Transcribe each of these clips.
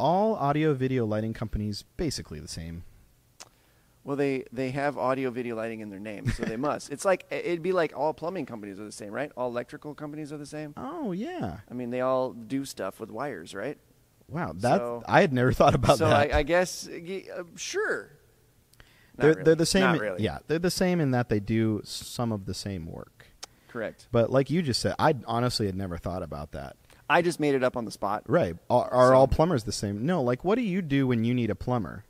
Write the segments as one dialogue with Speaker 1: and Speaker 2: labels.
Speaker 1: audio video lighting companies basically the same?
Speaker 2: Well, they they have audio, video, lighting in their name, so they must. It's like it'd be like all plumbing companies are the same, right? All electrical companies are the same.
Speaker 1: Oh yeah.
Speaker 2: I mean, they all do stuff with wires, right?
Speaker 1: Wow, that
Speaker 2: So-
Speaker 1: I had never thought about
Speaker 2: so
Speaker 1: that.
Speaker 2: I, I guess y- uh, sure. Not
Speaker 1: they're
Speaker 2: really.
Speaker 1: they're the same.
Speaker 2: Not really.
Speaker 1: Yeah, they're the same in that they do some of the same work.
Speaker 2: Correct.
Speaker 1: But like you just said, I honestly had never thought about that.
Speaker 2: I just made it up on the spot.
Speaker 1: Right? Are, are
Speaker 2: So-
Speaker 1: all plumbers the same? No. Like, what do you do when you need a plumber?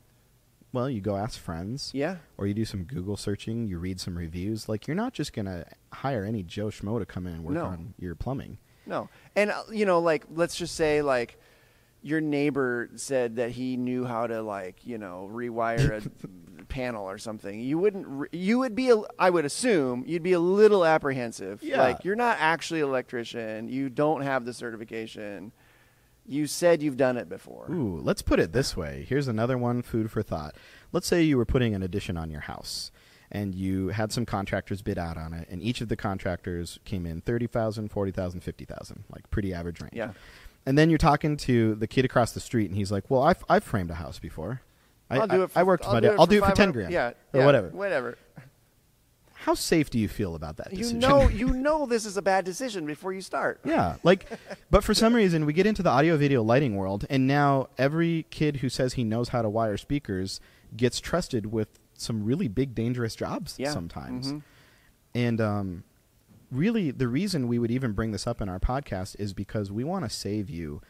Speaker 1: Well, you go ask friends.
Speaker 2: Yeah.
Speaker 1: Or you do some Google searching. You read some reviews. Like, you're not just gonna hire any Joe Schmo to come in and work
Speaker 2: No.
Speaker 1: on your plumbing.
Speaker 2: No. And uh, you know, like let's just say like your neighbor said that he knew how to like, you know, rewire a panel or something. You wouldn't re- you would be a, I would assume you'd be a little apprehensive.
Speaker 1: Yeah.
Speaker 2: Like you're not actually an electrician. You don't have the certification. You said you've done it before.
Speaker 1: Ooh, let's put it this way. Here's another one food for thought. Let's say you were putting an addition on your house and you had some contractors bid out on it and each of the contractors came in 30,000, 40,000, 50,000, like pretty average range.
Speaker 2: Yeah.
Speaker 1: And then you're talking to the kid across the street and he's like, "Well, I've I've framed a house before. I
Speaker 2: I'll do
Speaker 1: I-
Speaker 2: it for,
Speaker 1: I worked with
Speaker 2: I'll
Speaker 1: my
Speaker 2: do
Speaker 1: dad. I'll do it for
Speaker 2: 500
Speaker 1: 10 grand
Speaker 2: Yeah.
Speaker 1: or
Speaker 2: yeah,
Speaker 1: whatever.
Speaker 2: Whatever.
Speaker 1: How safe do you feel about that
Speaker 2: You
Speaker 1: decision?
Speaker 2: know you know this is a bad decision before you start.
Speaker 1: Yeah, like, but for some reason we get into the audio video lighting world, and now every kid who says he knows how to wire speakers gets trusted with some really big dangerous jobs
Speaker 2: Yeah,
Speaker 1: sometimes.
Speaker 2: mhm.
Speaker 1: And um, really, the reason we would even bring this up in our podcast is because we want to save you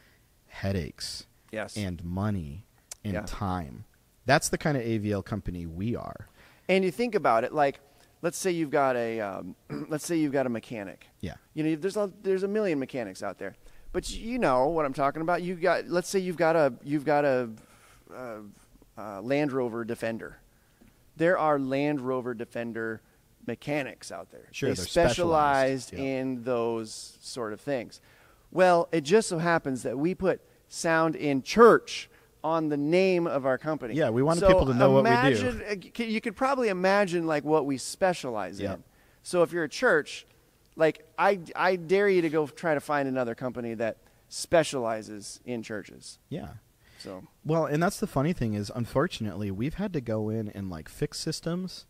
Speaker 1: headaches
Speaker 2: Yes.
Speaker 1: and money and
Speaker 2: Yeah.
Speaker 1: time. That's the kind of AVL company we are.
Speaker 2: and you think about it like let's say you've got a um, let's say you've got a mechanic
Speaker 1: Yeah.
Speaker 2: you know there's a there's a million mechanics out there but you know what i'm talking about you got let's say you've got a you've got a, uh uh land rover defender there are land rover defender mechanics out there
Speaker 1: Sure,
Speaker 2: they
Speaker 1: they're
Speaker 2: specialize
Speaker 1: specialized, yeah.
Speaker 2: in those sort of things well it just so happens that we put sound in church on the name of our company
Speaker 1: Yeah, we wanted
Speaker 2: So
Speaker 1: people to know what we do.
Speaker 2: imagine uh, c- you could probably imagine like what we specialize
Speaker 1: Yeah.
Speaker 2: in. So if you're a church, like I, I dare you to go try to find another company that specializes in churches.
Speaker 1: Yeah.
Speaker 2: So
Speaker 1: Well, and that's the funny thing is, unfortunately, we've had to go in and like fix systems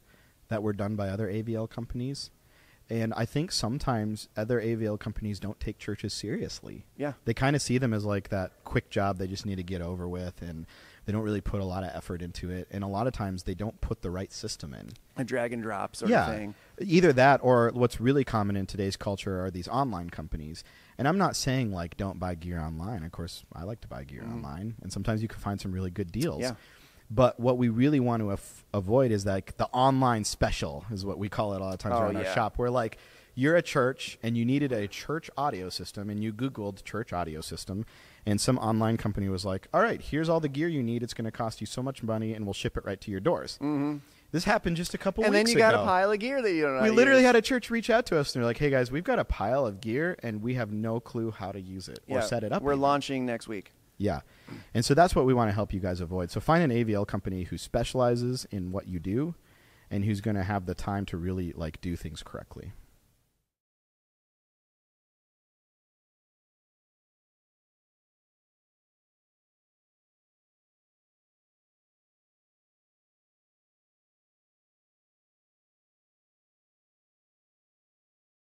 Speaker 1: that were done by other AVL companies, and I think sometimes other AVL companies don't take churches seriously.
Speaker 2: Yeah.
Speaker 1: they kind of see them as like that quick job they just need to get over with, and they don't really put a lot of effort into it. And a lot of times they don't put the right system in.
Speaker 2: a drag and drop sort of thing.
Speaker 1: Either that or what's really common in today's culture are these online companies. And I'm not saying like don't buy gear online. Of course, I like to buy gear online, and sometimes you can find some really good deals.
Speaker 2: Mm-hmm. Yeah.
Speaker 1: But what we really want to af- avoid is like the online special is what we call it all the times
Speaker 2: Oh,
Speaker 1: around our
Speaker 2: yeah.
Speaker 1: shop, where like you're a church and you needed a church audio system and you Googled church audio system and some online company was like, all right, here's all the gear you need. It's going to cost you so much money and we'll ship it right to your doors. Mm-hmm. This happened just a couple
Speaker 2: And
Speaker 1: weeks
Speaker 2: then you got
Speaker 1: ago.
Speaker 2: a pile of gear that you don't know.
Speaker 1: We
Speaker 2: how to
Speaker 1: literally
Speaker 2: use.
Speaker 1: had a church reach out to us and they're like, "Hey guys, we've got a pile of gear and we have no clue how to use it or
Speaker 2: Yeah,
Speaker 1: set it up."
Speaker 2: We're
Speaker 1: even."
Speaker 2: launching next week.
Speaker 1: Yeah, and so that's what we want to help you guys avoid. So find an AVL company who specializes in what you do, and who's going to have the time to really like do things correctly.